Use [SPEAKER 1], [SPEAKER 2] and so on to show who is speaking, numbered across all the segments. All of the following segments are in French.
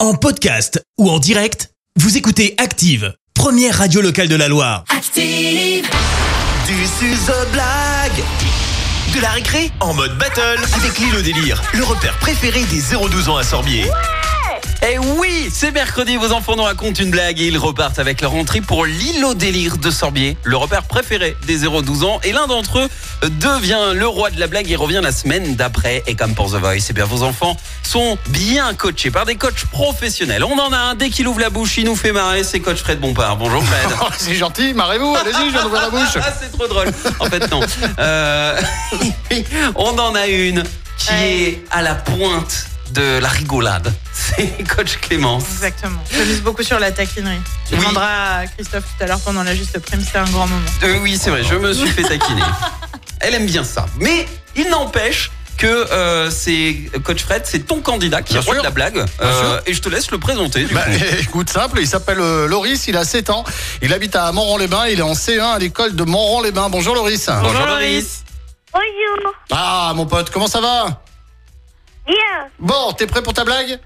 [SPEAKER 1] En podcast ou en direct, vous écoutez Active, première radio locale de la Loire.
[SPEAKER 2] Active,
[SPEAKER 3] Du suzo blague De la récré en mode battle avec Lilo Délire, le repère préféré des 0-12 ans à Sorbier.
[SPEAKER 4] Eh oui, c'est mercredi, vos enfants nous racontent une blague et ils repartent avec leur entrée pour l'île au délire de Sorbier, le repère préféré des 0-12 ans. Et l'un d'entre eux devient le roi de la blague et revient la semaine d'après. Et comme pour The Voice, eh bien vos enfants sont bien coachés par des coachs professionnels. On en a un, dès qu'il ouvre la bouche, il nous fait marrer, c'est coach Fred Bompard. Bonjour Fred.
[SPEAKER 5] Oh, c'est gentil, marrez-vous, allez-y, je viens d'ouvrir la bouche.
[SPEAKER 4] Ah, c'est trop drôle. En fait, non. Euh, on en a une qui est à la pointe de la rigolade. C'est coach Clémence.
[SPEAKER 6] Exactement. Je mise beaucoup sur la taquinerie. Tu
[SPEAKER 4] Oui.
[SPEAKER 6] rendras à Christophe tout à l'heure pendant la juste prime, c'était un grand moment.
[SPEAKER 4] Euh, oui, c'est vrai, je me suis fait taquiner. Elle aime bien ça. Mais il n'empêche que euh, c'est coach Fred, c'est ton candidat qui
[SPEAKER 5] Bien
[SPEAKER 4] a reçu
[SPEAKER 5] sûr.
[SPEAKER 4] la blague. Euh, et je te laisse le présenter. Du
[SPEAKER 5] Bah,
[SPEAKER 4] coup.
[SPEAKER 5] écoute, simple, il s'appelle euh, Loris, il a 7 ans, il habite à Moron-les-Bains, il est en C1 à l'école de Moron-les-Bains. Bonjour Loris.
[SPEAKER 4] Bonjour Loris.
[SPEAKER 7] Bonjour.
[SPEAKER 5] Ah, mon pote, comment ça va
[SPEAKER 7] Bien.
[SPEAKER 5] Bon, t'es prêt pour ta blague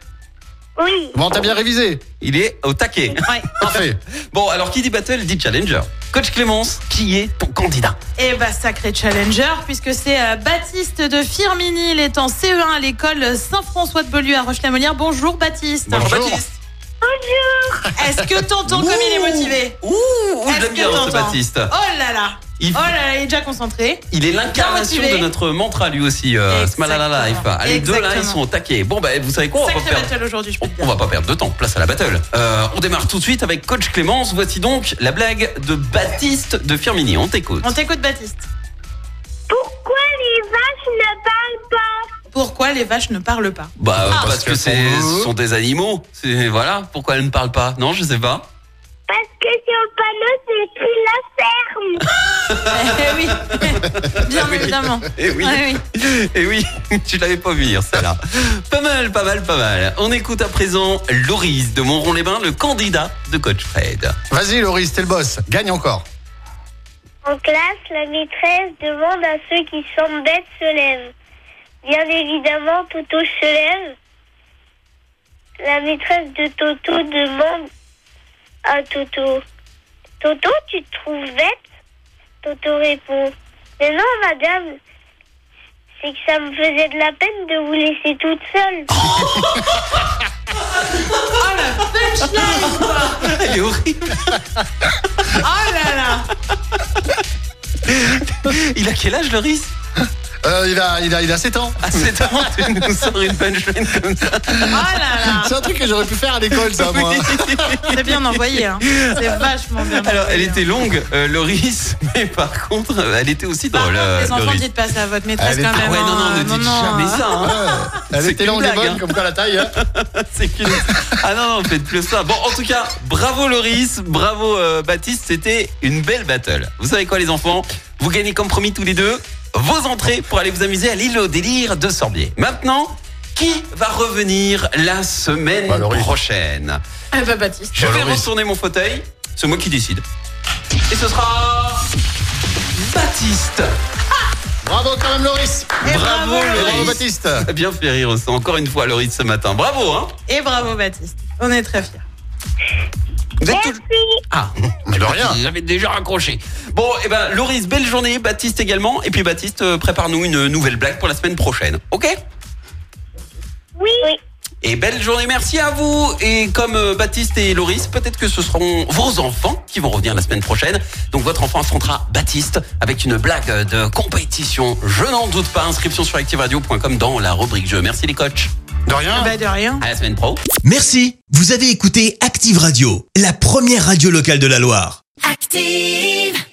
[SPEAKER 7] Oui.
[SPEAKER 5] Bon, t'as bien révisé
[SPEAKER 4] Il est au taquet.
[SPEAKER 5] Parfait.
[SPEAKER 4] Bon, alors qui dit battle dit challenger. Coach Clémence, qui est ton candidat
[SPEAKER 6] Et bah, sacré challenger, puisque c'est euh, Baptiste de Firmini, il est en CE1 à l'école Saint-François de Beaulieu à Roche-la-Molière. Bonjour Baptiste.
[SPEAKER 5] Bonjour.
[SPEAKER 4] Baptiste.
[SPEAKER 6] Est-ce que t'entends comme il est motivé
[SPEAKER 4] Ouh, ouh, je
[SPEAKER 6] Est-ce
[SPEAKER 4] l'aime
[SPEAKER 6] que
[SPEAKER 4] bien ce
[SPEAKER 6] t'entends
[SPEAKER 4] Baptiste.
[SPEAKER 6] Oh là là
[SPEAKER 4] Il,
[SPEAKER 6] Oh là là, il est déjà concentré.
[SPEAKER 4] il est l'incarnation
[SPEAKER 6] motivé.
[SPEAKER 4] de notre mantra lui aussi, euh, Smalala Life.
[SPEAKER 6] Exactement.
[SPEAKER 4] Ah, les deux là, ils
[SPEAKER 6] Exactement.
[SPEAKER 4] sont au taquet. Bon, bah, vous savez quoi On va pas
[SPEAKER 6] Sacré
[SPEAKER 4] perdre
[SPEAKER 6] battle aujourd'hui, je peux
[SPEAKER 4] On,
[SPEAKER 6] te
[SPEAKER 4] Oh, on
[SPEAKER 6] dire.
[SPEAKER 4] va pas perdre de temps, place à la battle. Euh, on démarre tout de suite avec coach Clémence. Voici donc la blague de Baptiste de Firmini. On t'écoute.
[SPEAKER 6] On t'écoute Baptiste.
[SPEAKER 7] Pourquoi les vaches ne parlent pas
[SPEAKER 6] Pourquoi les vaches ne parlent pas
[SPEAKER 4] Bah, euh, parce que
[SPEAKER 5] que
[SPEAKER 4] c'est-
[SPEAKER 5] pour eux-
[SPEAKER 4] ce sont des animaux. C'est- Voilà, pourquoi elle ne parle pas Non, je sais pas.
[SPEAKER 7] Parce que sur le panneau, c'est écrit la ferme.
[SPEAKER 6] Eh oui, bien évidemment.
[SPEAKER 4] Eh oui,
[SPEAKER 6] Ouais, oui.
[SPEAKER 4] eh oui, tu l'avais pas vu venir celle-là. Pas mal, pas mal, pas mal. On écoute à présent Loris de Montrond-les-Bains, le candidat de coach Fred.
[SPEAKER 5] Vas-y Loris, t'es le boss, gagne encore.
[SPEAKER 7] En classe, la maîtresse demande à ceux qui sont bêtes se lèvent. Bien évidemment, Toto se lève. La maîtresse de Toto demande à Toto. Toto, tu te trouves bête Toto répond. Mais non, madame. C'est que ça me faisait de la peine de vous laisser toute seule.
[SPEAKER 6] Oh la punchline quoi.
[SPEAKER 4] Elle est horrible.
[SPEAKER 6] Oh là là
[SPEAKER 4] Il a quel âge, Loris
[SPEAKER 5] Euh, il, a, il, a, il a 7 ans.
[SPEAKER 4] À 7 ans, tu nous sors une punchline comme ça.
[SPEAKER 6] Oh là là
[SPEAKER 5] C'est un truc que j'aurais pu faire à l'école, ça, moi.
[SPEAKER 6] C'est bien envoyé, hein. c'est vachement bien.
[SPEAKER 4] Alors, elle
[SPEAKER 6] envoyé, hein.
[SPEAKER 4] était longue, euh, Loris, mais par contre, euh, elle était aussi
[SPEAKER 6] hein. Par
[SPEAKER 4] drôle,
[SPEAKER 6] contre,
[SPEAKER 4] euh,
[SPEAKER 6] les enfants,
[SPEAKER 4] Loris. Ah
[SPEAKER 6] dites pas ça à votre maîtresse
[SPEAKER 5] Elle
[SPEAKER 6] quand
[SPEAKER 5] était-
[SPEAKER 6] même.
[SPEAKER 4] Ouais, non, non,
[SPEAKER 6] hein.
[SPEAKER 4] ne dites jamais ça. hein.
[SPEAKER 5] Elle
[SPEAKER 4] C'est
[SPEAKER 5] était
[SPEAKER 4] qu'une
[SPEAKER 5] longue et
[SPEAKER 4] blague,
[SPEAKER 5] bonne,
[SPEAKER 4] hein.
[SPEAKER 5] comme quoi la taille. hein.
[SPEAKER 4] C'est qu'une- Ah non, non, faites plus ça. Bon, en tout cas, bravo Loris, bravo euh, Baptiste, c'était une belle battle. Vous savez quoi, les enfants Vous gagnez comme promis tous les deux vos entrées pour aller vous amuser à l'île au délire de Sorbier. Maintenant, qui va revenir la semaine
[SPEAKER 5] Bah, Loris.
[SPEAKER 4] prochaine
[SPEAKER 6] Eh ben, Baptiste.
[SPEAKER 4] Je
[SPEAKER 5] Bah,
[SPEAKER 4] vais
[SPEAKER 5] Loris.
[SPEAKER 4] retourner mon fauteuil, c'est moi qui décide. Et ce sera. Baptiste
[SPEAKER 5] Bravo quand même Loris.
[SPEAKER 4] Bravo,
[SPEAKER 5] Bravo
[SPEAKER 4] Loris. Eh
[SPEAKER 5] Baptiste.
[SPEAKER 4] T'as bien fait rire aussi, encore une fois Loris ce matin. Bravo hein
[SPEAKER 6] Et bravo, Baptiste. On est très fiers.
[SPEAKER 4] Vous êtes tous- Ah,
[SPEAKER 5] Mais de Bah, rien.
[SPEAKER 4] j'avais déjà raccroché. Bon, et ben Loris, belle journée, Baptiste également. Et puis Baptiste, euh, prépare-nous une nouvelle blague pour la semaine prochaine. Ok
[SPEAKER 7] Oui. oui.
[SPEAKER 4] Et belle journée, merci à vous. Et comme euh, Baptiste et Loris, peut-être que ce seront vos enfants qui vont revenir la semaine prochaine. Donc votre enfant affrontera Baptiste avec une blague de compétition. Je n'en doute pas. Inscription sur activeradio.com dans la rubrique jeu. Merci les coachs.
[SPEAKER 5] De
[SPEAKER 4] Ah.
[SPEAKER 5] rien.
[SPEAKER 6] Bah, de rien.
[SPEAKER 4] À la semaine pro.
[SPEAKER 1] Merci, vous avez écouté Active Radio, la première radio locale de la Loire.
[SPEAKER 2] active.